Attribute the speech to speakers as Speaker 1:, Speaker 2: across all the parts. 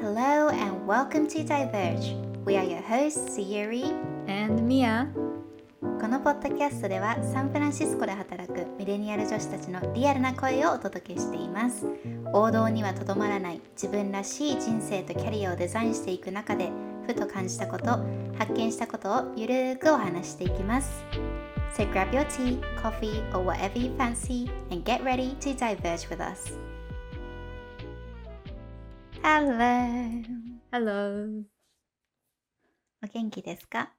Speaker 1: Hello and welcome to Diverge. We are your hosts, Yuri.
Speaker 2: And Mia
Speaker 1: このポッドキャストではサンフランシスコで働くミレニアル女子たちのリアルな声をお届けしています。王道にはとどまらない自分らしい人生とキャリアをデザインしていく中でふと感じたこと、発見したことをゆるーくお話していきます。So grab your tea, coffee, or whatever you fancy and get ready to diverge with us. Hello!
Speaker 2: Hello
Speaker 1: お元気ですか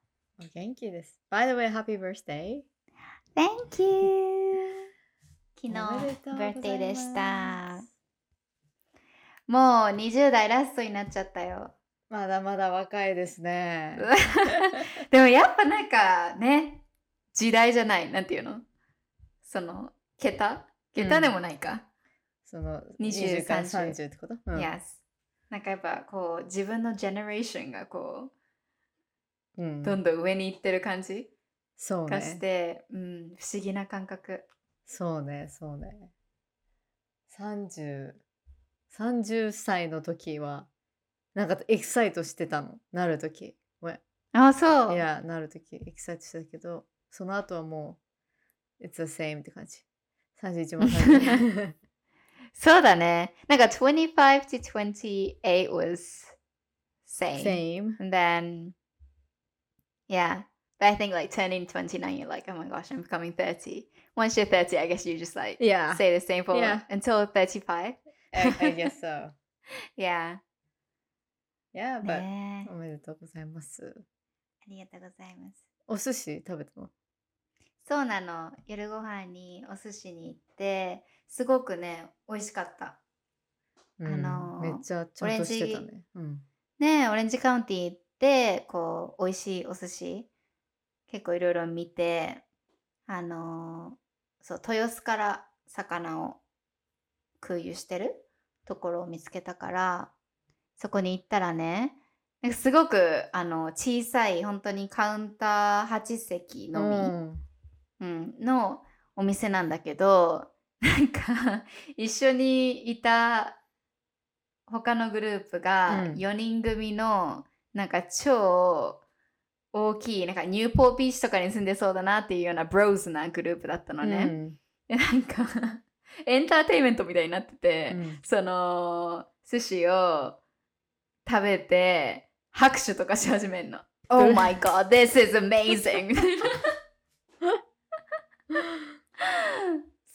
Speaker 2: お元気です By the way, happy birthday
Speaker 1: Thank you! 昨日
Speaker 2: おめでとうございます
Speaker 1: birthday でした。もう20代ラストになっちゃった よ。
Speaker 2: まだまだ若いですね
Speaker 1: うわでもやっぱなんかね、時代じゃない、なんていうのその、桁桁でもないか。
Speaker 2: その
Speaker 1: 20
Speaker 2: 20から
Speaker 1: 30
Speaker 2: 30ってこと、うん
Speaker 1: yes. なんかやっぱこう、自分のジェネレーションがこ
Speaker 2: う
Speaker 1: う、
Speaker 2: ん
Speaker 1: どんどん上に行ってる感じ
Speaker 2: そう
Speaker 1: がし
Speaker 2: ね
Speaker 1: て、うん、不思議な感覚。
Speaker 2: そうねそうね3030 30歳の時はなんかエキサイトしてたのなる時
Speaker 1: あ、そう。
Speaker 2: いやなる時エキサイトしてたけどその後はもう It's the same って感じ31も30
Speaker 1: そうだね。なんか25 to 28 was same.
Speaker 2: same
Speaker 1: And then, yeah. But I think like turning 29, you're like, oh my gosh, I'm becoming 30. Once you're 30, I guess you just like
Speaker 2: yeah
Speaker 1: say the same for
Speaker 2: Yeah.
Speaker 1: until 35.
Speaker 2: I, I guess so.
Speaker 1: Yeah.
Speaker 2: Yeah, but
Speaker 1: ねえ
Speaker 2: おめでとうございます。
Speaker 1: ありがとうございます。
Speaker 2: お寿司食べたの
Speaker 1: そうなの。夜ご飯にお寿司に行って、すごくね、美味しかった。
Speaker 2: うん
Speaker 1: あのー
Speaker 2: めっちゃちゃんとしてたね。うん、
Speaker 1: ねえオレンジカウンティ行ってこう美味しいお寿司結構いろいろ見てあのーそう豊洲から魚を空輸してるところを見つけたからそこに行ったらねなんかすごくあの小さい本当にカウンター8席のみ、
Speaker 2: うん
Speaker 1: うん、のお店なんだけど なんか一緒にいた他のグループが
Speaker 2: うん
Speaker 1: 4人組のなんか超大きいなんかニューポービーチとかに住んでそうだなっていうようなブローズなグループだったのね。でなんか エンターテインメントみたいになってて、
Speaker 2: う んうん
Speaker 1: その寿司を食べて拍手とかし始めんの。Oh my god, this is amazing!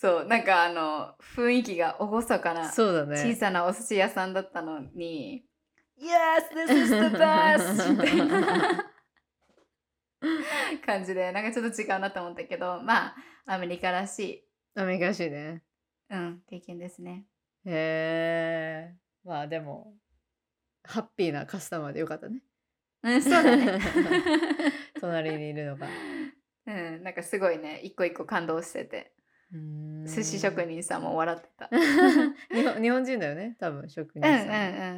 Speaker 1: そう、なんかあの、雰囲気が厳かな、
Speaker 2: そうだ
Speaker 1: 小
Speaker 2: ね。
Speaker 1: さなお寿司屋さんだったのに、Yes, this is the best! みたいな感じで、なんかちょっと違うなと思ったけど、まあ、アメリカらしい、
Speaker 2: アメリカらしいね。
Speaker 1: うん、経験ですね。
Speaker 2: へえ。まあでも、ハッピーなカスタマーでよかったね。
Speaker 1: うん、そうだ ね。
Speaker 2: 隣にいるの が。
Speaker 1: うん、なんかすごいね、一個一個感動してて、寿司職
Speaker 2: 人。
Speaker 1: 人さんも笑ってた。
Speaker 2: 日本日本人だよね、多分職人
Speaker 1: うんうん
Speaker 2: さん。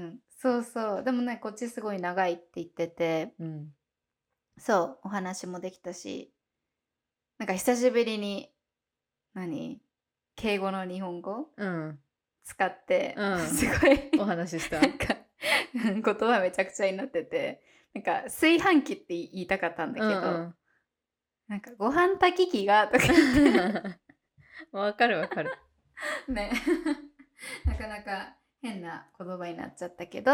Speaker 1: うん。そうそう。でもね、こっちすごい長いって言ってて、
Speaker 2: うん
Speaker 1: そう、お話もできたし、なんか久しぶりに、何敬語の日本語
Speaker 2: うん、
Speaker 1: 使って、
Speaker 2: うん
Speaker 1: すごい、
Speaker 2: お話し した
Speaker 1: な。んか、うん言葉めちゃくちゃになってて、なんか、炊飯器って言いたかったんだけど、なんか、ご飯炊き器が、とか言って、
Speaker 2: うん、 わかるわかる。
Speaker 1: ね、 なかなか変な言葉になっちゃったけど、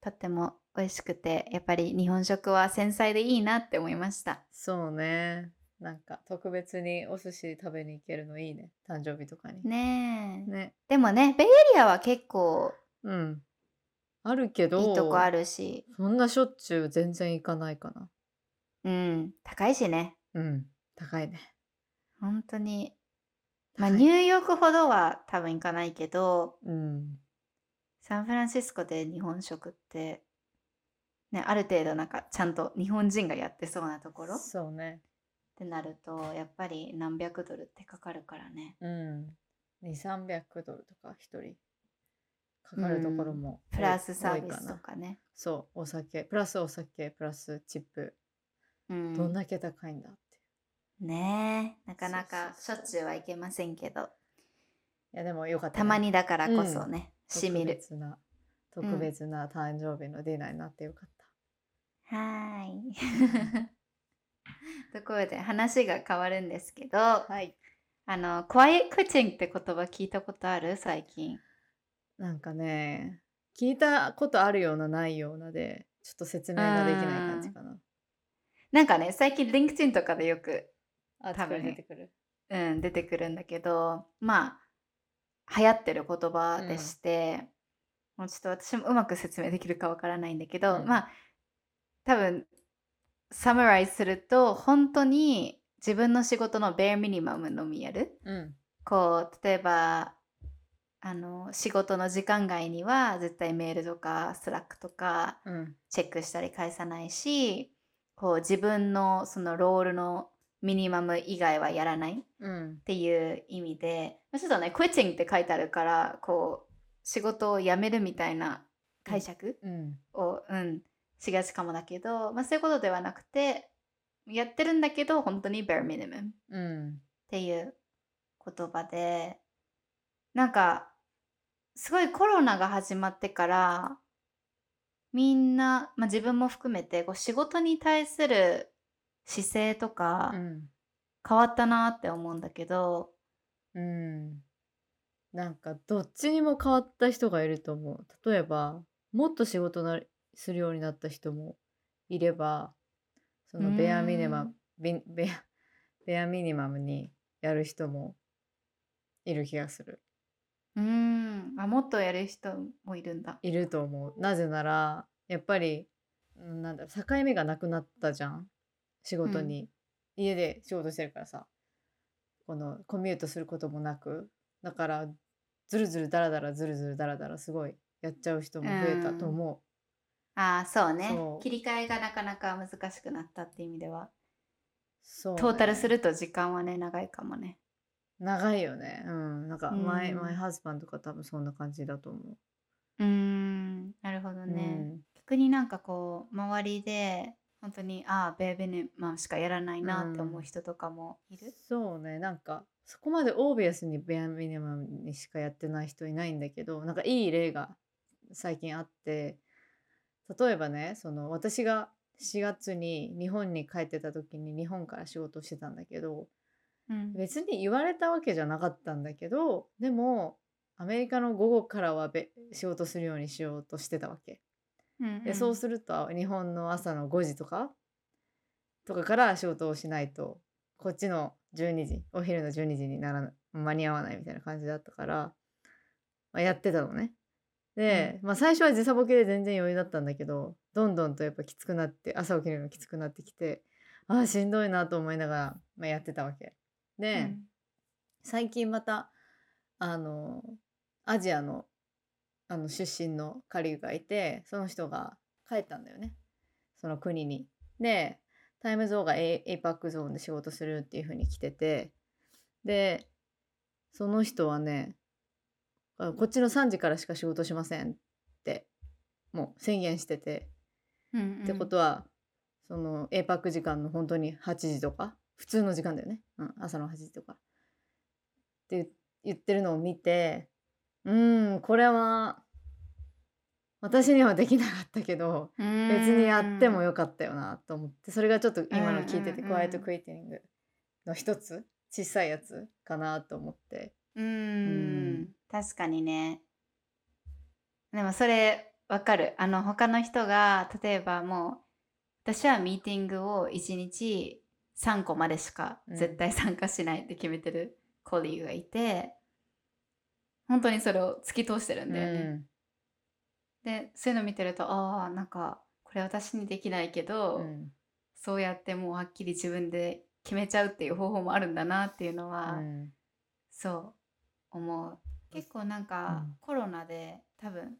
Speaker 1: とっても美味しくて、やっぱり日本食は繊細でいいなって思いました。
Speaker 2: そうね。なんか特別にお寿司食べに行けるのいいね。誕生日とかに。
Speaker 1: ねえ。
Speaker 2: ね
Speaker 1: でもね、ベイエリアは結構
Speaker 2: うん。あるけど、
Speaker 1: いいとこあるし、
Speaker 2: そんなしょっちゅう全然行かないかな。
Speaker 1: うん、高いしね。
Speaker 2: うん。高いね。
Speaker 1: 本当に。まあ、
Speaker 2: 高い
Speaker 1: ニューヨークほどは多分行かないけど、
Speaker 2: うん。
Speaker 1: サンフランシスコで日本食って、ね、ある程度なんかちゃんと日本人がやってそうなところっ
Speaker 2: そうね。
Speaker 1: てなると、やっぱり何百ドルってかかるからね。
Speaker 2: うん。2、300ドルとか一人かかるところも多い、
Speaker 1: プラスサービ
Speaker 2: 多い
Speaker 1: スと
Speaker 2: な。
Speaker 1: かね。
Speaker 2: そう、お酒。プラスお酒、プラスチップ。
Speaker 1: うん、
Speaker 2: どんだけ高いんだって。
Speaker 1: ねえ、なかなかし
Speaker 2: そ
Speaker 1: ょ
Speaker 2: うそうそう
Speaker 1: っちゅうはいけませんけど、
Speaker 2: いや、でもよかったね、
Speaker 1: たまにだからこそ
Speaker 2: うん
Speaker 1: ね、しみる。
Speaker 2: 特別な特別な誕生日のディナーになってよかっ
Speaker 1: はーい。 ところで話が変わるんですけど、あ
Speaker 2: た、はい
Speaker 1: の、クワイエットキッチンって言葉聞いたことある最近。
Speaker 2: なんかね聞いたことあるようなないようなでちょっと説明ができない感じかな
Speaker 1: なんかね、最近 LinkedIn とかでよく、
Speaker 2: あ
Speaker 1: 多分ね
Speaker 2: くる
Speaker 1: うん、出てくるんだけど、まあ、流行ってる言葉でして、もうちょっと私もうまく説明できるかわからないんだけど、
Speaker 2: うん
Speaker 1: まあ、多分、サムライズすると、本当に自分の仕事のベアミニマムのみやる。
Speaker 2: うん
Speaker 1: こう例えばあの仕事の時間外には絶対メールとかスラックとか
Speaker 2: うん
Speaker 1: チェックしたり返さないしこう自分のそのロールのミニマム以外はやらないっ
Speaker 2: うん
Speaker 1: ていう意味でまあちょっとね「quitting」って書いてあるからこう仕事を辞めるみたいな解釈
Speaker 2: うん
Speaker 1: を、うん、しがちかもだけど、まあ、そういうことではなくてやってるんだけど本当に bare minimum
Speaker 2: うん
Speaker 1: っていう言葉でなんかすごいコロナが始まってからみんな、まあ、自分も含めてこう仕事に対する姿勢とか
Speaker 2: うん
Speaker 1: 変わったなって思うんだけど、
Speaker 2: うんなんかどっちにも変わった人がいると思う例えばもっと仕事なするようになった人もいればそのベアミニマムベベアベアミニマムにやる人もいる気がする
Speaker 1: うーんあもっとやる人もいるんだ。
Speaker 2: いると思うなぜならやっぱりうんなんだろう境目がなくなったじゃん仕事に、家で仕事してるからさこのコミュートすることもなくだからずるずるだらだらずるずるだらだらすごいやっちゃう人も増えたと思
Speaker 1: ああそうね
Speaker 2: そう
Speaker 1: 切り替えがなかなか難しくなったって意味では、
Speaker 2: う、そうね
Speaker 1: トータルすると時間はね長いかもね。
Speaker 2: 長いよねうんなんか前、
Speaker 1: うん
Speaker 2: 前ハズバンとか多分そんな感じだと思
Speaker 1: うーんなるほど
Speaker 2: う、
Speaker 1: ね。逆になんかこう周りで本当にああベーベネマンしかやらないなって思う人とかも
Speaker 2: う
Speaker 1: い
Speaker 2: ん
Speaker 1: る、
Speaker 2: そうねなんかそこまでオービアスにベアミニマムにしかやってない人いないんだけどなんかいい例が最近あって例えばねその私が4月に日本に帰ってた時に日本から仕事をしてたんだけど
Speaker 1: うん
Speaker 2: 別に言われたわけじゃなかったんだけどでもアメリカの午後からはべ仕事するようにしようとしてたわけ。
Speaker 1: うん
Speaker 2: でそうすると日本の朝の5時とかとかから仕事をしないとこっちの12時お昼の12時にならな間に合わないみたいな感じだったから、まあやってたのね。で、まあ、最初は時差ボケで全然余裕だったんだけどどんどんとやっぱきつくなって朝起きるのがきつくなってきてああしんどいなと思いながら、まあ、やってたわけ。
Speaker 1: う
Speaker 2: で、
Speaker 1: ん
Speaker 2: 最近またあのアジアのあの出身のカリグがいてその人が帰ったんだよねその国に。でタイムゾーンが A- APAC ゾーンで仕事するっていう風に来ててでその人はねあこっちの3時からしか仕事しませんってもう宣言してて
Speaker 1: うんうん
Speaker 2: ってことは、その A パック時間の本当に8時とか普通の時間だよね、うん、朝の8時とかって言言ってるのを見てうーんこれは私にはできなかったけど別にやってもよかったよなと思ってそれがちょっと今の聞いてて、
Speaker 1: うんうんうん
Speaker 2: クワイエットクイティングの一つ小さいやつかなと思って
Speaker 1: うん
Speaker 2: うん
Speaker 1: 確かにねでもそれわかるあの他の人が例えばもう私はミーティングを1日3個までしか
Speaker 2: うん
Speaker 1: 絶対参加しないって決めてるコリーがいて、本当にそれを突き通してるんだよね、でそういうの見てるとああなんかこれ私にできないけど、
Speaker 2: うんうん
Speaker 1: そうやってもうはっきり自分で決めちゃうっていう方法もあるんだなっていうのは、
Speaker 2: うん
Speaker 1: そう思う結構なんか、
Speaker 2: うん
Speaker 1: コロナで多分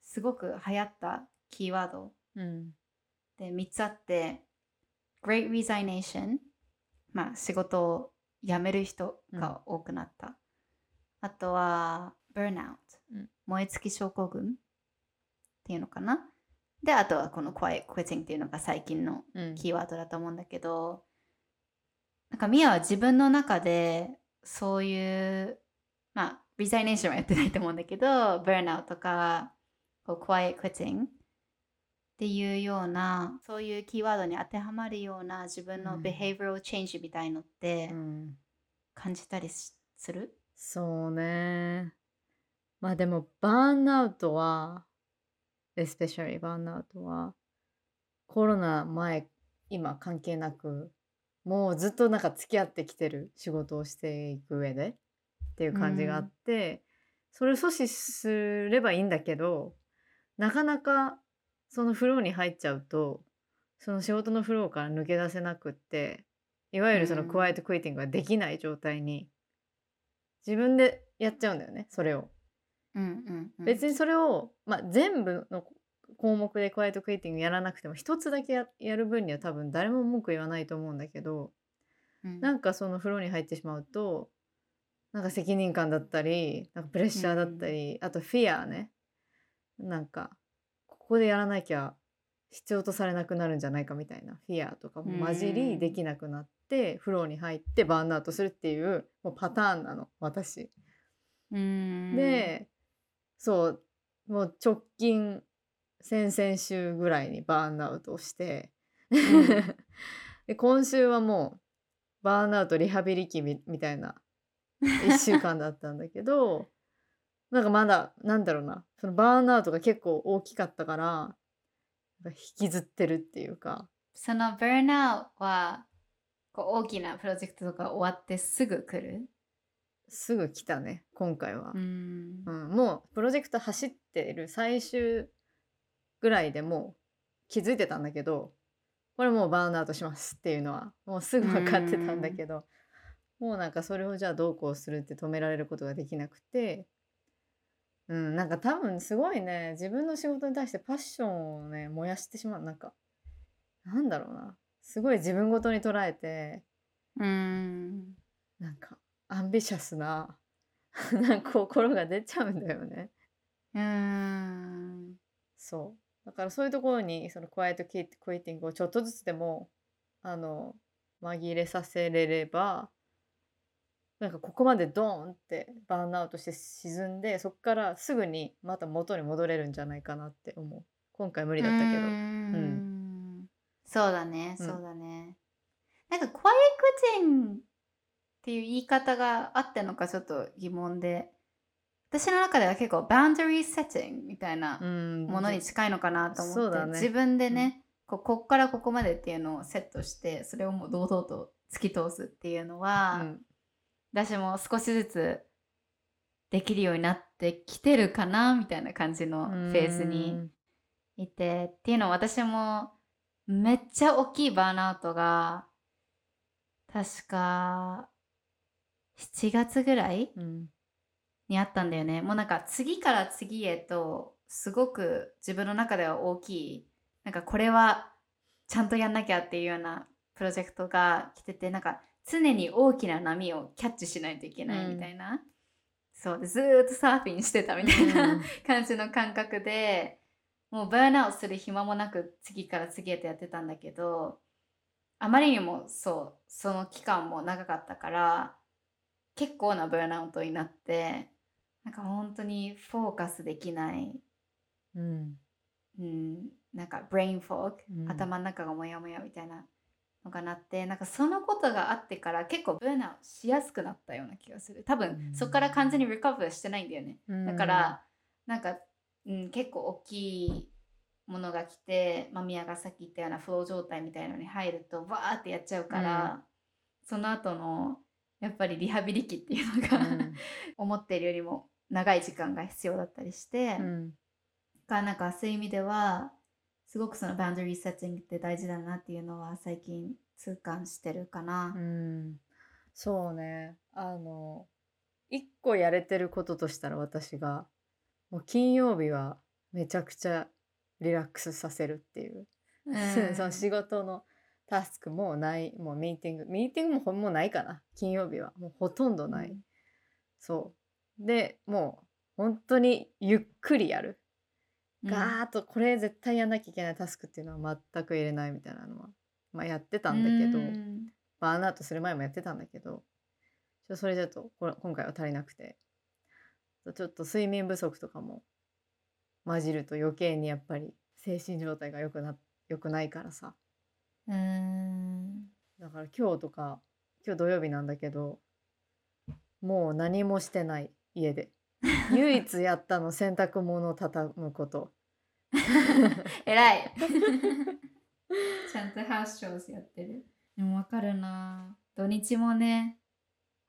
Speaker 1: すごく流行ったキーワード
Speaker 2: うん
Speaker 1: で3つあって「Great Resignation」まあ仕事を辞める人が多くなった、あとは「Burnout」
Speaker 2: うん
Speaker 1: 燃え尽き症候群っていうのかなであとはこの「Quiet Quitting」っていうのが最近の
Speaker 2: うん
Speaker 1: キーワードだと思うんだけどなんかミアは自分の中でそういうまあリザイネーションはやってないと思うんだけどバーナーとかこう quiet quitting っていうようなそういうキーワードに当てはまるような自分
Speaker 2: う
Speaker 1: の
Speaker 2: ん
Speaker 1: behavioral change みたいのって
Speaker 2: うん、
Speaker 1: 感じたりしする、
Speaker 2: そうねまあでもバーンアウトは especially バーンアウトはコロナ前今関係なくもうずっとなんか付き合ってきてる仕事をしていく上でっていう感じがあって、それを阻止すればいいんだけどなかなかそのフローに入っちゃうとその仕事のフローから抜け出せなくっていわゆるその
Speaker 1: うん
Speaker 2: クワイエットクイティングができない状態に自分でやっちゃうんだよねそれを。
Speaker 1: うんうんうん、
Speaker 2: 別にそれを、まあ、全部の項目でクワイエットクイティングやらなくても一つだけややる分には多分誰も文句言わないと思うんだけど
Speaker 1: うん
Speaker 2: なんかそのフローに入ってしまうとなんか責任感だったりなんかプレッシャーだったり、あとフィアねなんかここでやらなきゃ必要とされなくなるんじゃないかみたいなフィアとかも混じ
Speaker 1: う
Speaker 2: り
Speaker 1: ん
Speaker 2: できなくなって、フローに入ってバーンアウトするっていうもうパターンなの私。
Speaker 1: うん、
Speaker 2: で、そうもう直近先々週ぐらいにバーンアウトをして、
Speaker 1: ん
Speaker 2: で今週はもうバーンアウトリハビリ期みみたいな1週間だったんだけど なんかまだなんだろうなそのバーンアウトが結構大きかったからなんか引きずってるっていうか
Speaker 1: その burnout はこう大きなプロジェクトとか終わってすぐ来る、
Speaker 2: すぐ来たね今回は。
Speaker 1: ん
Speaker 2: うん、もうプロジェクト走ってる最終ぐらいでもう気づいてたんだけどこれもうバーンアウトしますっていうのはもうすぐ分かってたんだけどもうなんかそれをじゃあどうこうするって止められることができなくて、うん、なんか多分すごいね自分の仕事に対してパッションをね燃やしてしまうなんかなんだろうなすごい自分ごとに捉えて
Speaker 1: うん
Speaker 2: なんかアンビシャスな なんか心が出ちゃうんだよね。
Speaker 1: うん
Speaker 2: そう。だからそういうところにそのクワイエットキクイティングをちょっとずつでもあの紛れさせれればなんかここまでドーンってバーンアウトして沈んでそこからすぐにまた元に戻れるんじゃないかなって思う今回無理だったけど
Speaker 1: うーんそうだね、
Speaker 2: うん
Speaker 1: そうだねなんかクワイエクティンっていう言い方があってんのかちょっと疑問で私の中では結構バンダリーセッティングみたいな
Speaker 2: うん
Speaker 1: ものに近いのかなと思
Speaker 2: そう
Speaker 1: って、
Speaker 2: だね
Speaker 1: 自分でね、こうこっからここまでっていうのをセットしてそれをもう堂々と突き通すっていうのは、
Speaker 2: うん
Speaker 1: 私も少しずつできるようになってきてるかなみたいな感じのフェーズにいてっていうのを私もめっちゃ大きいバーンアウトが確か7月ぐらい
Speaker 2: うん
Speaker 1: にあったんだよねもうなんか次から次へとすごく自分の中では大きいなんかこれはちゃんとやんなきゃっていうようなプロジェクトが来ててなんか常に大きな波をキャッチしないといけないみたいな、そうでずーっとサーフィンしてたみたいな、 感じの感覚でもうバーナーをする暇もなく次から次へとやってたんだけどあまりにもそうその期間も長かったから結構なバーナーアウトになってなんか本当にフォーカスできない、
Speaker 2: うんう
Speaker 1: う
Speaker 2: ん
Speaker 1: ん、なんかブレインフォーク、
Speaker 2: うん
Speaker 1: 頭の中がモヤモヤみたいなのがなってなんかそのことがあってから結構バーナーしやすくなったような気がする多分、
Speaker 2: うん
Speaker 1: そこから完全にリカバーしてないんだよね
Speaker 2: うん
Speaker 1: だから、なんか、うん、結構大きいものが来て、まあ、宮がさっき言ったようなフロー状態みたいのに入るとわーってやっちゃうから、その後のやっぱりリハビリ期っていうの
Speaker 2: う
Speaker 1: が、
Speaker 2: ん
Speaker 1: 思っているよりも長い時間が必要だったりして、
Speaker 2: うん
Speaker 1: がなんかそういう意味ではすごくそのバンドリーセッティングって大事だなっていうのは最近痛感してるかな
Speaker 2: う。ん、そうねあの一個やれてることとしたら私がもう金曜日はめちゃくちゃリラックスさせるっていう、
Speaker 1: うん
Speaker 2: その仕事のタスクもないもうミーティングミーティングもほんもうないかな金曜日はもうほとんどない、そうでもう本当にゆっくりやる、
Speaker 1: うん
Speaker 2: ガーッとこれ絶対やんなきゃいけないタスクっていうのは全く入れないみたいなのは、まあ、やってたんだけど。
Speaker 1: うん
Speaker 2: バーンアウトする前もやってたんだけどちょそれだとこれ今回は足りなくてちょっと睡眠不足とかも混じると余計にやっぱり精神状態が良くな良くないからさ
Speaker 1: うーん
Speaker 2: だから今日とか今日土曜日なんだけどもう何もしてない家で唯一やったの洗濯物を畳むこと
Speaker 1: えらいちゃんとハウスショーズやってるでもわかるな土日もね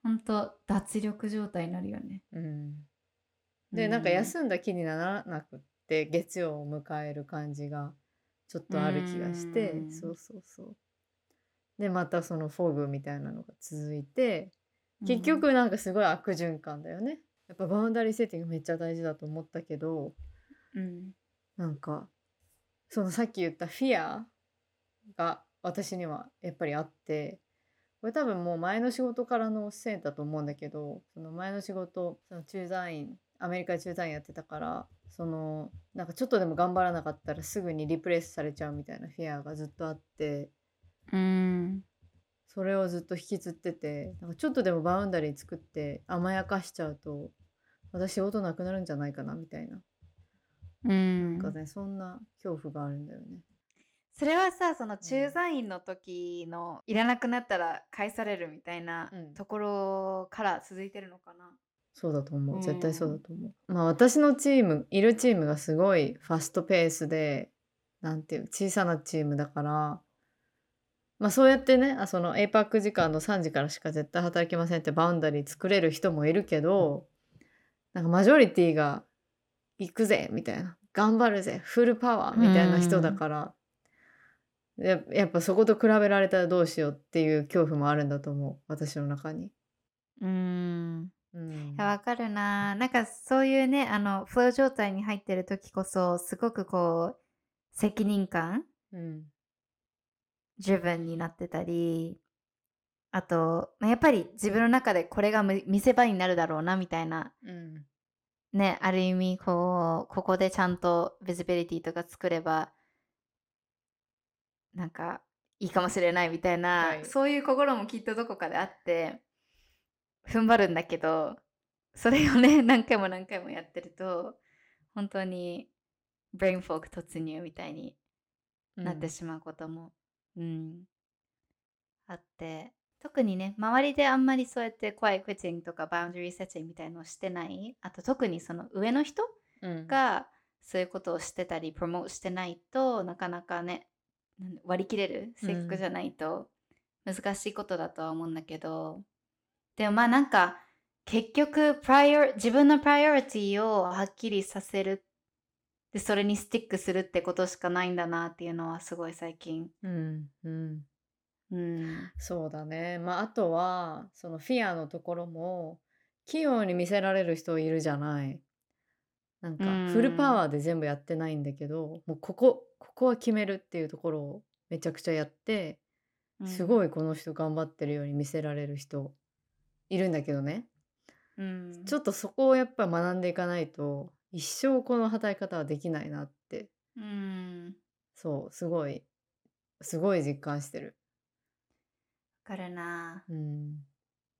Speaker 1: ほんと脱力状態になるよね
Speaker 2: うんでなんか休んだ気にならなくって月曜を迎える感じがちょっとある気がして
Speaker 1: うん
Speaker 2: そうそうそうでまたそのフォグみたいなのが続いて
Speaker 1: うん
Speaker 2: 結局なんかすごい悪循環だよねやっぱバウンダリーセッティングめっちゃ大事だと思ったけど
Speaker 1: うん
Speaker 2: なんかそのさっき言ったフィアが私にはやっぱりあってこれ多分もう前の仕事からのせいだと思うんだけどその前の仕事その駐在員アメリカで駐在員やってたからそのなんかちょっとでも頑張らなかったらすぐにリプレイスされちゃうみたいなフィアがずっとあって
Speaker 1: うん
Speaker 2: それをずっと引きずっててなんかちょっとでもバウンダリー作って甘やかしちゃうと私仕事なくなるんじゃないかなみたいな,、
Speaker 1: うん
Speaker 2: なんかねそんな恐怖があるんだよね。
Speaker 1: それはさその駐在員の時のいらなくなったら返されるみたいな
Speaker 2: うん
Speaker 1: ところから続いてるのかな、
Speaker 2: そうだと思
Speaker 1: うん
Speaker 2: う絶対そうだと思う、まあ私のチームいるチームがすごいファストペースでなんていう小さなチームだからまあそうやってねあその APAC 時間の3時からしか絶対働きませんってバウンダリー作れる人もいるけどなんかマジョリティが行くぜみたいな頑張るぜフルパワーみたいな人だから、ややっぱそこと比べられたらどうしようっていう恐怖もあるんだと思う私の中に。
Speaker 1: うん
Speaker 2: うん
Speaker 1: いやわかるななんかそういうねあのフロー状態に入ってる時こそすごくこう責任感
Speaker 2: うん
Speaker 1: 自分になってたりあと、まあ、やっぱり自分の中でこれがむ見せ場になるだろうなみたいな
Speaker 2: うん
Speaker 1: ねある意味こうここでちゃんとビジビリティとか作ればなんかいいかもしれないみたいな、
Speaker 2: はい
Speaker 1: そういう心もきっとどこかであって踏ん張るんだけどそれをね 何回も何回もやってると本当にブレインフォーク突入みたいになってしまうことも、うんあって特にね周りであんまりそうやって怖いクイッチングとかバウンダリーセッティングみたいのをしてないあと特にその上の人
Speaker 2: うん、
Speaker 1: がそういうことをしてたりプロモートしてないとなかなかねなん割り切れる性格じゃないと難しいことだとは思うんだけど、でもまあなんか結局プライオ自分のプライオリティをはっきりさせるでそれにスティックするってことしかないんだなっていうのはすごい最近。
Speaker 2: うんうん、
Speaker 1: うん、
Speaker 2: そうだねまああとはそのフィアのところも器用に見せられる人いるじゃないなんか
Speaker 1: うん
Speaker 2: フルパワーで全部やってないんだけど、もうここここは決めるっていうところをめちゃくちゃやってす
Speaker 1: い、
Speaker 2: ごいこの人頑張ってるように見せられる人いるんだけどね、
Speaker 1: うん、
Speaker 2: ちょっとそこをやっぱ学んでいかないと一生この働き方はできないなって
Speaker 1: うん
Speaker 2: そうすごいすごい実感してる。
Speaker 1: わかるな
Speaker 2: うん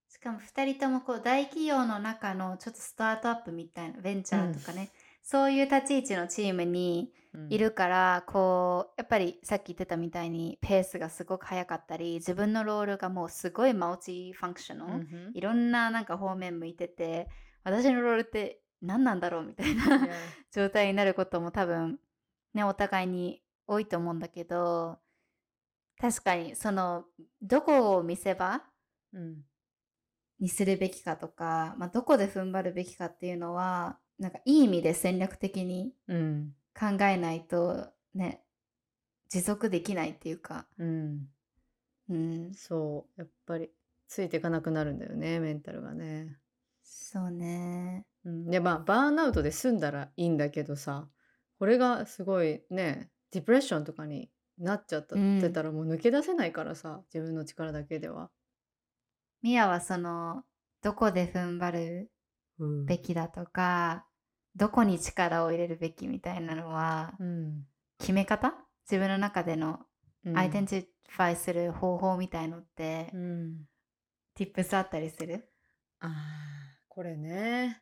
Speaker 1: しかも2人ともこう大企業の中のちょっとスタートアップみたいなベンチャーとかね、そういう立ち位置のチームにいるから、こうやっぱりさっき言ってたみたいにペースがすごく速かったり自分のロールがもうすごいマルチファンクショナ
Speaker 2: う
Speaker 1: ル、
Speaker 2: ん
Speaker 1: いろんななんか方面向いてて私のロールって何なんだろうみたい
Speaker 2: うん
Speaker 1: な 状態になることも多分ねお互いに多いと思うんだけど確かにそのどこを見せ場
Speaker 2: うん
Speaker 1: にするべきかとか、まあ、どこで踏ん張るべきかっていうのはなんかいい意味で戦略的に
Speaker 2: うん
Speaker 1: 考えないとね持続できないっていうか、
Speaker 2: うん
Speaker 1: うん、
Speaker 2: そうやっぱりついていかなくなるんだよねメンタルがね。
Speaker 1: そうね
Speaker 2: うん、でまあバーンアウトで済んだらいいんだけどさこれがすごいねディプレッションとかになっちゃった
Speaker 1: うん
Speaker 2: ってたらもう抜け出せないからさ、自分の力だけでは。
Speaker 1: ミヤはそのどこで踏ん張る
Speaker 2: うん
Speaker 1: べきだとかどこに力を入れるべきみたいなのは
Speaker 2: うん
Speaker 1: 決め方自分の中での
Speaker 2: うん
Speaker 1: アイデンティファイする方法みたいのって、
Speaker 2: うん、
Speaker 1: tips あったりする
Speaker 2: あーこれね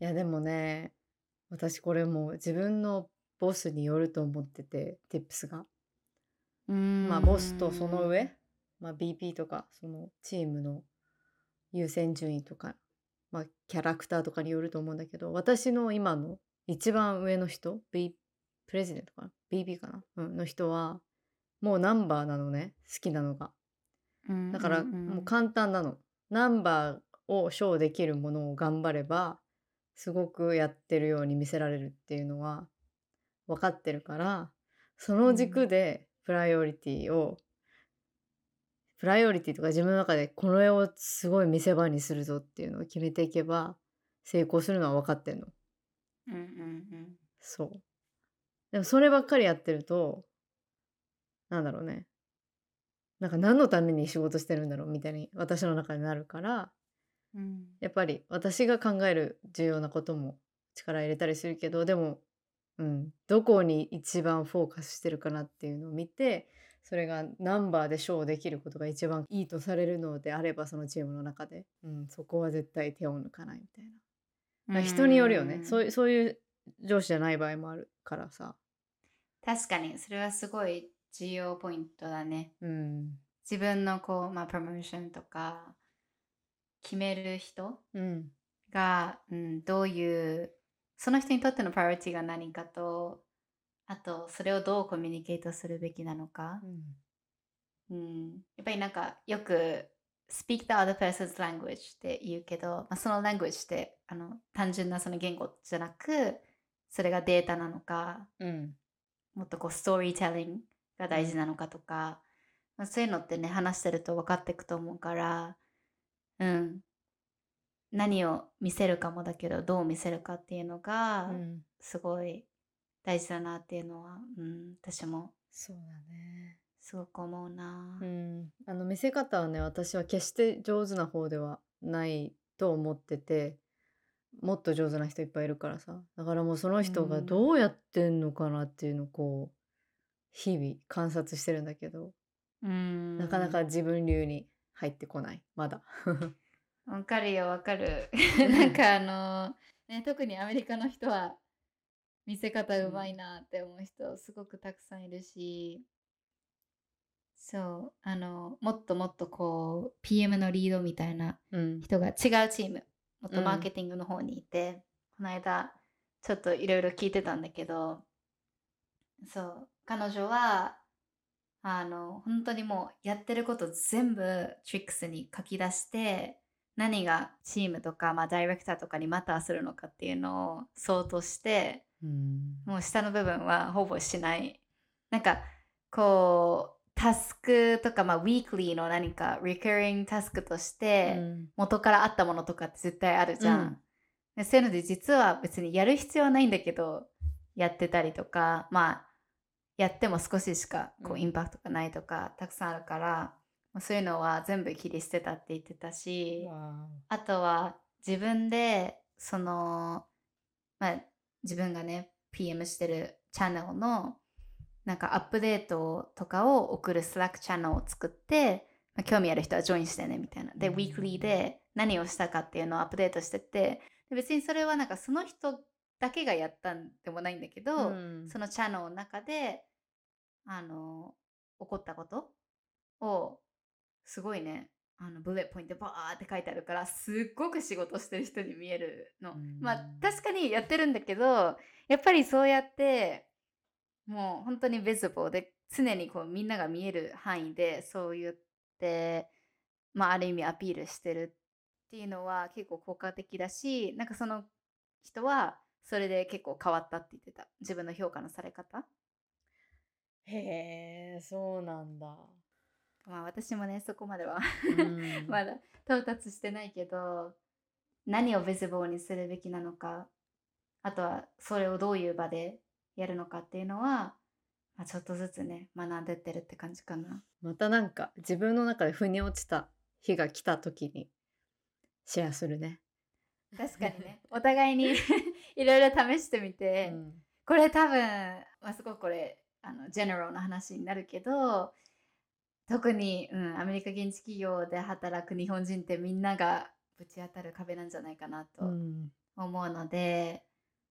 Speaker 2: いやでもね私これもう自分のボスによると思ってて Tips が。まあボスとその上、まあ、BP とかそのチームの優先順位とか、まあ、キャラクターとかによると思うんだけど私の今の一番上の人、B、プレジデントかな BP かな、うん、の人はもうナンバーなのね好きなのが
Speaker 1: うん
Speaker 2: だからもう簡単なの、ナンバーをショーできるものを頑張ればすごくやってるように見せられるっていうのは分かってるからその軸でプライオリティを、プライオリティとか自分の中でこれをすごい見せ場にするぞっていうのを決めていけば成功するのは分かってんの。
Speaker 1: うんうん
Speaker 2: そう。でもそればっかりやってると、なんだろうね。なんか何のために仕事してるんだろうみたいに私の中になるから、
Speaker 1: うんうん
Speaker 2: やっぱり私が考える重要なことも力入れたりするけど、でも、うん、どこに一番フォーカスしてるかなっていうのを見て、それがナンバーでショーできることが一番いいとされるのであれば、そのチームの中で、うん、そこは絶対手を抜かないみたいな。まあ人によるよね、
Speaker 1: うん
Speaker 2: そういそういう上司じゃない場合もあるからさ
Speaker 1: 確かにそれはすごい重要ポイントだね
Speaker 2: うん、
Speaker 1: 自分のこうまあプロモーションとか決める人
Speaker 2: うん、
Speaker 1: が、うん、どういうその人にとってのプライオリティが何かとあとそれをどうコミュニケートするべきなのか、うん、やっぱりなんかよく speak the other person's language って言うけど、まあ、その language ってあの単純なその言語じゃなくそれがデータなのか
Speaker 2: うん、
Speaker 1: もっとこうストーリーテリングが大事なのかとか、まあ、そういうのってね話してると分かっていくと思うからうん何を見せるかもだけどどう見せるかっていうのが
Speaker 2: うん、
Speaker 1: すごい大事だなっていうのは、うん、私も
Speaker 2: そうだね。
Speaker 1: すごく思うな。
Speaker 2: うん、あの見せ方はね、私は決して上手な方ではないと思ってて、もっと上手な人いっぱいいるからさ、だからもうその人
Speaker 1: う
Speaker 2: が
Speaker 1: ん
Speaker 2: どうやってんのかなっていうのをこう日々観察してるんだけど、
Speaker 1: うん
Speaker 2: なかなか自分流に入ってこない、ま だ。
Speaker 1: わかるよわかる なんかあのね特にアメリカの人は見せ方うまいなって思う人すごくたくさんいるしそうあのもっともっとこう PM のリードみたいな
Speaker 2: うん、
Speaker 1: 人が違うチームもっと
Speaker 2: うん
Speaker 1: マーケティングの方にいて、この間ちょっといろいろ聞いてたんだけどそう彼女はあの本当にもうやってること全部 Tricks に書き出して何がチームとか、まあ、ダイレクターとかにマターするのかっていうのを想として
Speaker 2: うん、
Speaker 1: もう下の部分はほぼしない。なんかこうタスクとか、まあ、ウィークリーの何か recurring タスクとして、
Speaker 2: うん
Speaker 1: 元からあったものとかって絶対あるじゃん。
Speaker 2: うん
Speaker 1: でそういうので実は別にやる必要はないんだけどやってたりとかまあやっても少ししかこ
Speaker 2: う
Speaker 1: うんインパクトがないとか、たくさんあるからもうそういうのは全部切り捨てたって言ってたし。
Speaker 2: わ
Speaker 1: あとは自分でそのまあ自分がね PM してるチャンネルのなんかアップデートとかを送る Slack チャンネルを作って、まあ、興味ある人はジョインしてねみたいなで、
Speaker 2: うん
Speaker 1: ウィークリーで何をしたかっていうのをアップデートしてってで別にそれはなんかその人だけがやったんでもないんだけ
Speaker 2: ー
Speaker 1: ど、
Speaker 2: うん
Speaker 1: そのチャンネルの中であの起こったことをすごいねあのブレットポイントでバーって書いてあるからすっごく仕事してる人に見えるの
Speaker 2: うん
Speaker 1: まあ確かにやってるんだけどやっぱりそうやってもう本当にベズボで常にこうみんなが見える範囲でそう言ってまあある意味アピールしてるっていうのは結構効果的だしなんかその人はそれで結構変わったって言ってた自分の評価のされ方
Speaker 2: へえそうなん だ。
Speaker 1: まあ私もねそこまでは
Speaker 2: うん
Speaker 1: まだ到達してないけど何をベズボーにするべきなのかあとはそれをどういう場でやるのかっていうのは、まあ、ちょっとずつね学んでってるって感じかな。
Speaker 2: またなんか自分の中で腑に落ちた日が来た時にシェアするね。
Speaker 1: 確かにね お互いにいろいろ試してみて、
Speaker 2: うん
Speaker 1: これ多分、まあ、すごくこれあのジェネラルな話になるけど特に、うん、アメリカ現地企業で働く日本人ってみんながぶち当たる壁なんじゃないかなと
Speaker 2: うん
Speaker 1: 思うので、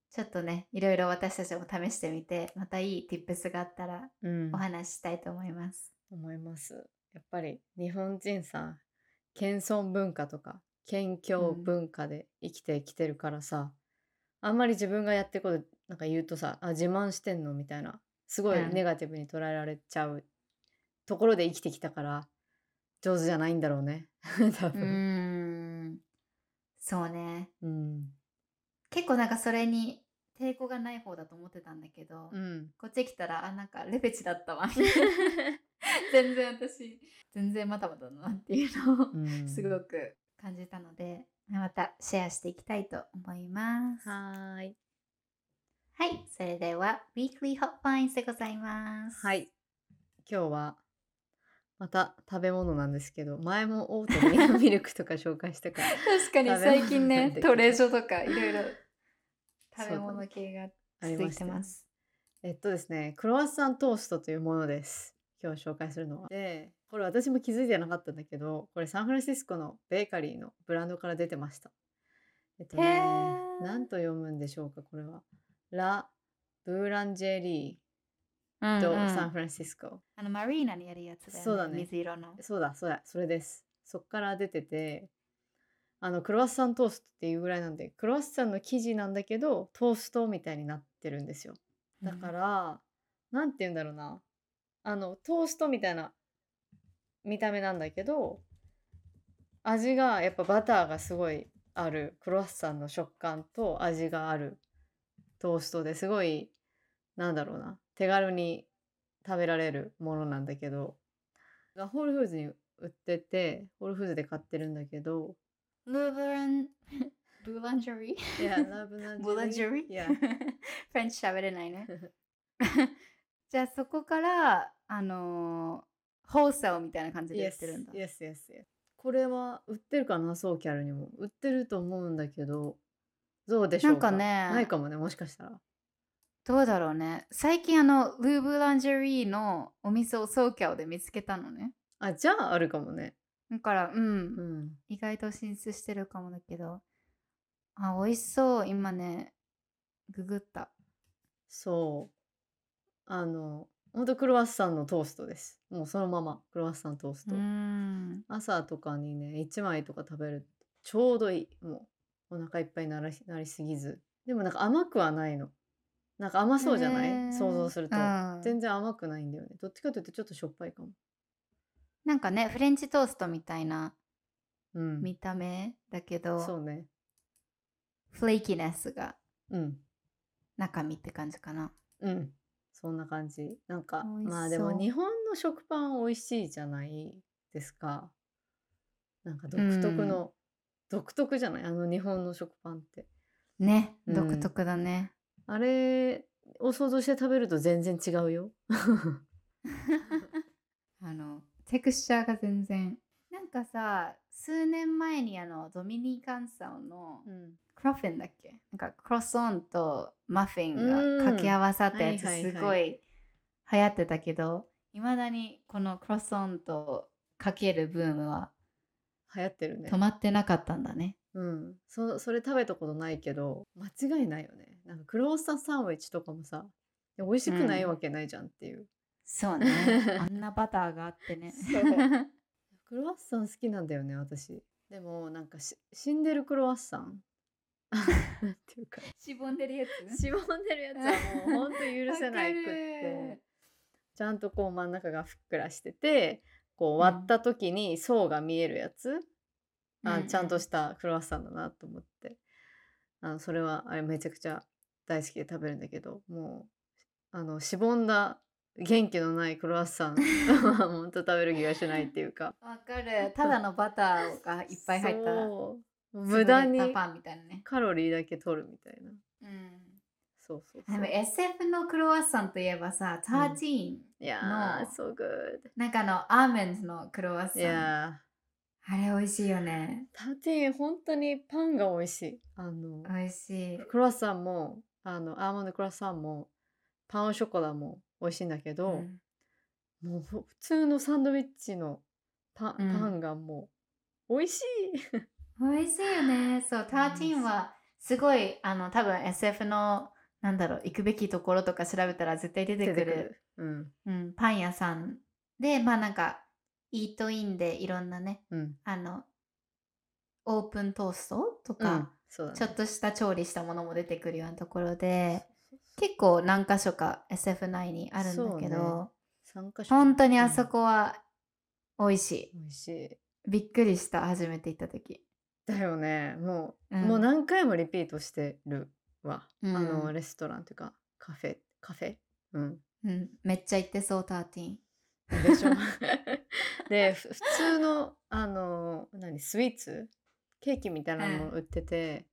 Speaker 1: ちょっとねいろいろ私たちも試してみてまたいい tips があったら
Speaker 2: うん
Speaker 1: お話ししたいと思います、
Speaker 2: 思いますやっぱり日本人さ謙遜文化とか謙虚文化で生きてきてるからさ、あんまり自分がやってることなんか言うとさあ自慢してんのみたいなすごい
Speaker 1: うん
Speaker 2: ネガティブに捉えられちゃうところで生きてきたから上手じゃないんだろうね 多
Speaker 1: う
Speaker 2: 分、
Speaker 1: ーんそうね
Speaker 2: うん
Speaker 1: 結構なんかそれに抵抗がない方だと思ってたんだけど、
Speaker 2: うん、
Speaker 1: こっち来たらあなんかレベチだった わみた いな全然私全然またまただなっていうのを
Speaker 2: うん
Speaker 1: すごく感じたのでまたシェアしていきたいと思います。は
Speaker 2: はーい
Speaker 1: い、それでは Weekly Hot Finds でございます。
Speaker 2: はい。今日はまた食べ物なんですけど前もオートミ ールミルクとか紹介したから
Speaker 1: 確かに
Speaker 2: 食べ物
Speaker 1: 最近ね
Speaker 2: で
Speaker 1: トレーショとかいろいろ
Speaker 2: そう
Speaker 1: 食べ物系が
Speaker 2: あり
Speaker 1: 続
Speaker 2: ま
Speaker 1: い
Speaker 2: してた
Speaker 1: ます。
Speaker 2: えっとですね、クロワッサントーストというものです。今日紹介するのは。で、これ私も気づいてなかったんだけど、これサンフランシスコのベーカリーのブランドから出てました。えっと
Speaker 1: へ
Speaker 2: ね、
Speaker 1: ー
Speaker 2: なんと読むんでしょうか、これは。ラ・ブーランジェリ
Speaker 1: うんう
Speaker 2: ー
Speaker 1: ん
Speaker 2: とサンフランシスコ。
Speaker 1: あのマリーナにやるやつだよね。
Speaker 2: そうだね
Speaker 1: 水色の。
Speaker 2: そうだ、そうだ、それです。そっから出てて、あの、クロワッサントーストっていうぐらいなんで、クロワッサンの生地なんだけど、トーストみたいになってるんですよ。だか
Speaker 1: うん
Speaker 2: ら、なんて言うんだろうな。あの、トーストみたいな見た目なんだけど、味がやっぱバターがすごいある、クロワッサンの食感と味があるトーストですごい、なんだろうな、手軽に食べられるものなんだけど、がホールフーズに売ってて、ホールフーズで買ってるんだけど、
Speaker 1: ルーブラン ブーランジェリー。
Speaker 2: Yeah, love and
Speaker 1: ブランジェリー。
Speaker 2: Yeah.
Speaker 1: フレンチ喋れないね。じゃあそこからあのー、ホーサーみたいな感じで言ってるんだ。
Speaker 2: Yes, yes, yes, yes. これは売ってるかなソーキャルにも売ってると思うんだけどどうでしょうか
Speaker 1: なんかね
Speaker 2: ないかもねもしかしたら
Speaker 1: どうだろうね。最近あのルーブランジェリーのお店をソーキャオで見つけたのね。
Speaker 2: あじゃああるかもね
Speaker 1: だからうん、
Speaker 2: うん
Speaker 1: 意外と進出してるかもだけど。あ美味しそう今ねググった。
Speaker 2: そうあのほんとクロワッサンのトーストですもうそのままクロワッサントース
Speaker 1: う
Speaker 2: ト、
Speaker 1: ーん
Speaker 2: 朝とかにね1枚とか食べるとちょうどいいもうお腹いっぱいにならなりすぎずでもなんか甘くはないのなんか甘そうじゃない、
Speaker 1: へー
Speaker 2: 想像すると、
Speaker 1: うん
Speaker 2: 全然甘くないんだよねどっちかというとちょっとしょっぱいかも
Speaker 1: なんかねフレンチトーストみたいな
Speaker 2: うん
Speaker 1: 見た目だけ
Speaker 2: そう
Speaker 1: ど
Speaker 2: ね。
Speaker 1: フレーキーネスが
Speaker 2: うん。
Speaker 1: 中身って感じかな。
Speaker 2: うん。そんな感じ。なんか、
Speaker 1: 美味しそう
Speaker 2: まあでも日本の食パン美味しいじゃないですか。なんか独特の、独特じゃないあの日本の食パンって。
Speaker 1: ね
Speaker 2: うん
Speaker 1: 独特だね。
Speaker 2: あれを想像して食べると全然違うよ。
Speaker 1: あのテクスチャーが全然なんかさ数年前にあのドミニカンサオの
Speaker 2: うん。
Speaker 1: クロフィンだっけなんかクロソンとマフィンが掛け合わさったやつ
Speaker 2: うんはいはいは
Speaker 1: す
Speaker 2: い
Speaker 1: ごい流行ってたけどいまだにこのクロソンとかけるブームは
Speaker 2: 流行ってるね
Speaker 1: 止。まってなかったんだね。
Speaker 2: うん。そそれ食べたことないけど、間違いないよね。なんかクロワッサンサンドイッチとかもさ、いや美味しくないわけないじゃんっていう。
Speaker 1: そうね あんなバターがあって ね。
Speaker 2: そうクロワッサン好きなんだよね私でもなんかし死んでるクロワッサ ンっていうか
Speaker 1: しぼんでるやつ
Speaker 2: しぼんでるやつはもうほんと許せないくっ
Speaker 1: わか
Speaker 2: て
Speaker 1: る
Speaker 2: ちゃんとこう真ん中がふっくらしててこう割った時に層が見えるやつ、あちゃんとしたクロワッサンだなと思ってあのそれはあれめちゃくちゃ大好きで食べるんだけどもうあのしぼんだ元気のないクロワッサンはほんと食べる気がしないっていうか
Speaker 1: わかるただのバターがいっぱい入った
Speaker 2: そう
Speaker 1: 潰れ
Speaker 2: 無
Speaker 1: た
Speaker 2: 駄に
Speaker 1: パンみたいなね。
Speaker 2: カロリーだけ取るみたいな
Speaker 1: うん、
Speaker 2: そうそう
Speaker 1: で
Speaker 2: そう
Speaker 1: も SF のクロワッサンといえばさ、13、
Speaker 2: いや
Speaker 1: の
Speaker 2: ー so good
Speaker 1: なんかあのアーメンズのクロワッサ
Speaker 2: い
Speaker 1: ン。
Speaker 2: や
Speaker 1: あれ美味しいよね。
Speaker 2: ータティーン本当にパンが美味しいあの
Speaker 1: 美味しい。
Speaker 2: クロワッサンもあのアーモンドクロワッサンもパンオショコラも美味しいんだけど、
Speaker 1: うん
Speaker 2: もうふ普通のサンドイッチのパン,、
Speaker 1: うん
Speaker 2: パンがもう美味しい
Speaker 1: 美味しいよね。そう、13はすごいあの多分 SF のなんだろう行くべきところとか調べたら絶対出てくる
Speaker 2: うん
Speaker 1: うん、パン屋さんでまあなんかイートインでいろんなね
Speaker 2: うん
Speaker 1: あのオープントーストと
Speaker 2: う
Speaker 1: か、
Speaker 2: んそうだね
Speaker 1: ちょっとした調理したものも出てくるようなところで結構何箇所か SF 内にあるんだけ
Speaker 2: そ
Speaker 1: ど、
Speaker 2: う参加者
Speaker 1: 本当にあそこは美味しい、
Speaker 2: うん美味しい
Speaker 1: びっくりした初めて行った時
Speaker 2: だよねもう、
Speaker 1: うん
Speaker 2: もう何回もリピートしてるわ、
Speaker 1: うん
Speaker 2: あのレストランというかカフェカフェうん
Speaker 1: うんめっちゃ行ってそう13
Speaker 2: でしょ でふ普通のあの何スイーツケーキみたいなのも売ってて、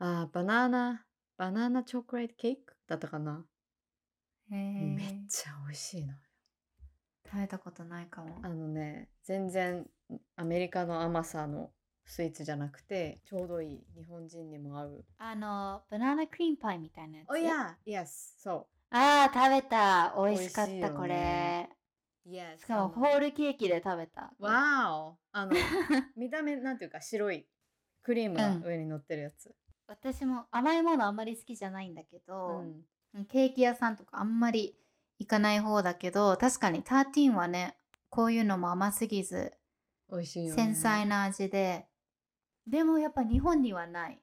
Speaker 2: あーバナナバナナチョコレートケーキだったかな、
Speaker 1: へ
Speaker 2: めっ
Speaker 1: え
Speaker 2: ちゃ美味しいの
Speaker 1: 食べたことないかも
Speaker 2: あのね全然アメリカの甘さのスイーツじゃなくてちょうどいい日本人にも合う
Speaker 1: あのバナナクリームパイみたいなやつ
Speaker 2: イエスそ
Speaker 1: あー食べた美味しかっ
Speaker 2: 美味しい
Speaker 1: た
Speaker 2: よね
Speaker 1: これ、
Speaker 2: うイエ
Speaker 1: しかもホールケーキで食べた
Speaker 2: わお あの見た目なんていうか白いクリームが上に乗ってるやつ、
Speaker 1: 私も甘いものあんまり好きじゃないんだけ
Speaker 2: う
Speaker 1: ど、ケーキ屋さんとかあんまり行かない方だけど確かに13はねこういうのも甘すぎず
Speaker 2: 美味しいよね
Speaker 1: 繊細な味ででもやっぱ日本にはない、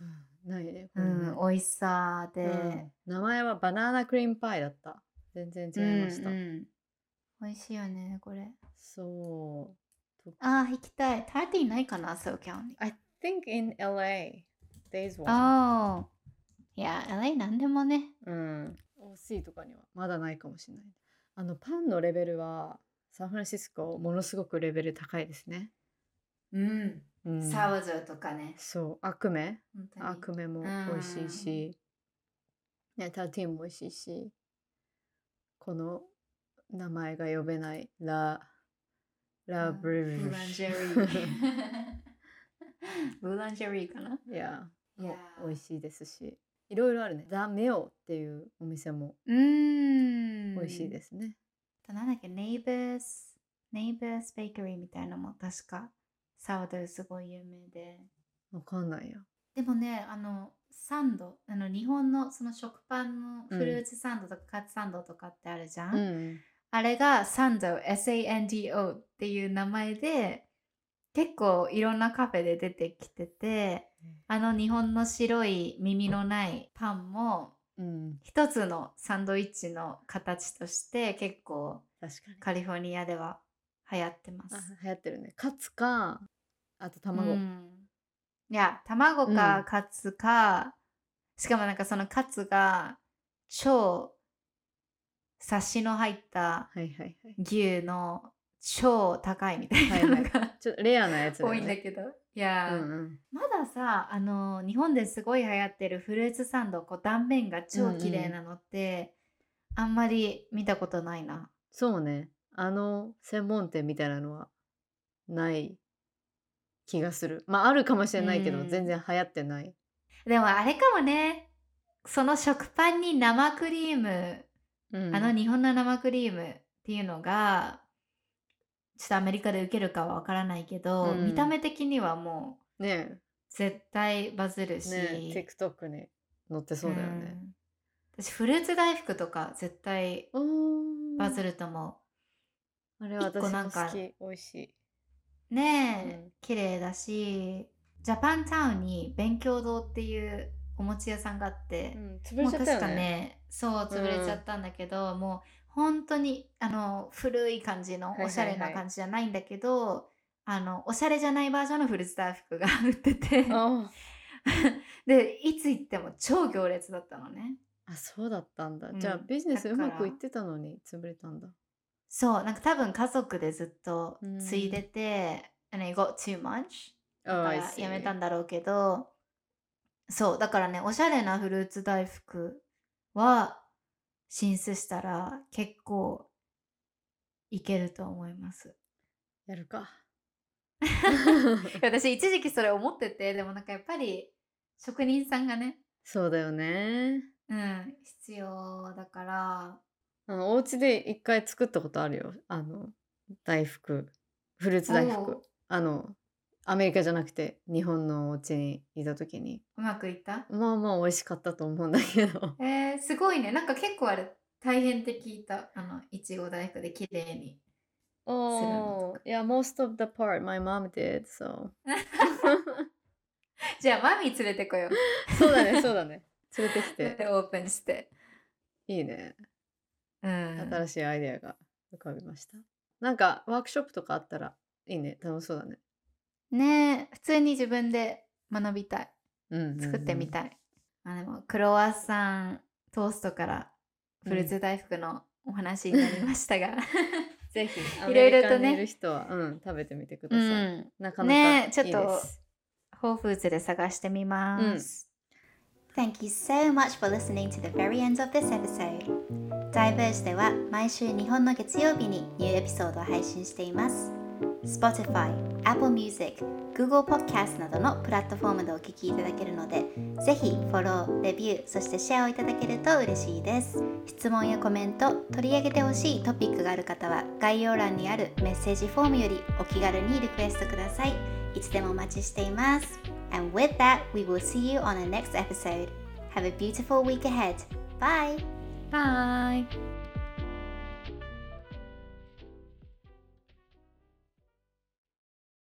Speaker 2: うんないねこ
Speaker 1: う
Speaker 2: れね
Speaker 1: ん、美味しさで、
Speaker 2: うん名前はバナナクリームパイだった全
Speaker 1: う
Speaker 2: 然
Speaker 1: ん
Speaker 2: 違いました、
Speaker 1: うん美味しいよねこれ
Speaker 2: そう
Speaker 1: あー行きたい13ないかな SoCal に
Speaker 2: I think in LA there's one
Speaker 1: ああいや LA なんでもね
Speaker 2: うん、OC とかにはまだないかもしれないあのパンのレベルはサンフランシスコものすごくレベル高いですね、
Speaker 1: うん
Speaker 2: うん、
Speaker 1: サウゾーとかね
Speaker 2: そう悪名
Speaker 1: 本当に
Speaker 2: 悪名も美味しいし、ね、タルティーンも美味しいしこの名前が呼べないララブリ
Speaker 1: ブ
Speaker 2: ブ
Speaker 1: ランジェリー ブランジェリーかない
Speaker 2: やも
Speaker 1: や
Speaker 2: う美味しいですしいろいろあるねザ・メオっていうお店も
Speaker 1: うーん
Speaker 2: 美味しいですすね、
Speaker 1: なんだっけネイバースネイバースベーカリーみたいなのも確かサウドーすごい有名で
Speaker 2: わかんないよ
Speaker 1: でもねあのサンドあの日本のその食パンのフルーツサンドとかカツサンドとかってあるじゃん、
Speaker 2: ん
Speaker 1: あれがサンド SANDO っていう名前で結構いろんなカフェで出てきててあの日本の白い耳のないパンも
Speaker 2: うん
Speaker 1: 一つのサンドイッチの形として結構
Speaker 2: 確かに
Speaker 1: カリフォルニアでは流行ってま
Speaker 2: あ
Speaker 1: す。
Speaker 2: 流行ってるねカツかあと卵、
Speaker 1: うんいや卵か
Speaker 2: うん
Speaker 1: カツか、しかもなんかそのカツが超サシの入った
Speaker 2: はいはいはい
Speaker 1: 牛の超高いみたいなのが、
Speaker 2: ちょっとレアなやつ
Speaker 1: 多いんだけどいやー、
Speaker 2: うんうん
Speaker 1: まださあの日本ですごい流行ってるフルーツサンドこう断面が超綺麗なのって、あんまり見たことないな
Speaker 2: そうねあの専門店みたいなのはない気がするまああるかもしれないけど、
Speaker 1: うん
Speaker 2: 全然流行ってない
Speaker 1: でもあれかもねその食パンに生クリーム、あの
Speaker 2: うん
Speaker 1: 日本の生クリームっていうのがちょっとアメリカで受けるかはわからないけど、
Speaker 2: うん
Speaker 1: 見た目的にはもう
Speaker 2: ね
Speaker 1: 絶対バズる
Speaker 2: え
Speaker 1: し、
Speaker 2: ねえ TikTok に載ってそうだよね、
Speaker 1: うん私フルーツ大福とか絶対
Speaker 2: おー
Speaker 1: バズると思
Speaker 2: あれ
Speaker 1: 一個
Speaker 2: 私
Speaker 1: な
Speaker 2: も
Speaker 1: んか
Speaker 2: 好き美味しい、
Speaker 1: うねえ、
Speaker 2: うん
Speaker 1: 綺麗だしジャパンタウンに勉強堂っていうお餅屋さんがあって、
Speaker 2: ん、潰
Speaker 1: もう確かねそう潰れちゃったんだけど、もう本当にあの古い感じの
Speaker 2: はいはいはい
Speaker 1: おしゃれな感じじゃないんだけど、あのおしゃれじゃないバージョンのフルーツ大福が 売ってて
Speaker 2: あ
Speaker 1: でいつ行っても超行列だったのね
Speaker 2: あそうだったんだ、
Speaker 1: うん
Speaker 2: じゃあビジネス
Speaker 1: だ
Speaker 2: う
Speaker 1: から
Speaker 2: まくいってたのに潰れたんだ
Speaker 1: そうなんか多分家族でずっと
Speaker 2: うん
Speaker 1: 継いでて、あの it got too much だ
Speaker 2: Oh,
Speaker 1: か
Speaker 2: I
Speaker 1: ら
Speaker 2: see
Speaker 1: やめたんだろうけどそうだからねおしゃれなフルーツ大福は進出したら結構いけると思います
Speaker 2: やるか
Speaker 1: いや私一時期それ思っててでもなんかやっぱり職人さんがね
Speaker 2: そうだよね
Speaker 1: うん必要だから
Speaker 2: あのお家で一回作ったことあるよあの大福フルーツ大福
Speaker 1: おう
Speaker 2: あのアメリカじゃなくて日本のお家にいた時に
Speaker 1: うまくいった
Speaker 2: まあまあ美味しかったと思うんだけど
Speaker 1: えー、すごいねなんか結構あれ大変って聞いたあのいちご大福で綺麗 に
Speaker 2: Oh, yeah, most of the part my mom did, so
Speaker 1: じゃあマミー連れてこよう
Speaker 2: そうだねそう だね連れてきて
Speaker 1: でオープンして
Speaker 2: いいね
Speaker 1: うん
Speaker 2: 新しいアイデアが浮かびましたなんかワークショップとかあったらいいね楽しそうだね
Speaker 1: ねえ普通に自分で学びたい
Speaker 2: うんうんうん
Speaker 1: 作ってみたい、まあでもクロワッサントーストからフルーツ大福のお話になりました が、
Speaker 2: ぜひア
Speaker 1: いろ
Speaker 2: メ
Speaker 1: いろ
Speaker 2: リ
Speaker 1: とね
Speaker 2: カにいる人は、うん、食べてみてくだ
Speaker 1: う
Speaker 2: さい、
Speaker 1: ん、
Speaker 2: なかなかい
Speaker 1: ね
Speaker 2: いで
Speaker 1: ち
Speaker 2: す、
Speaker 1: ょっとホーフーズで探してみます。Thank you so much for listening to the very end of this episode. Diverge では毎週日本の月曜日にニューエピソードを配信しています。Spotify、Apple Music、Google Podcast などのプラットフォームでお聞きいただけるので、ぜひフォロー、レビュー、そしてシェアをいただけると嬉しいです。質問やコメント、取り上げてほしいトピックがある方は、概要欄にあるメッセージフォームよりお気軽にリクエストください。いつでもお待ちしています。And with that, we will see you on the next episode. Have a beautiful week ahead. Bye!
Speaker 2: はい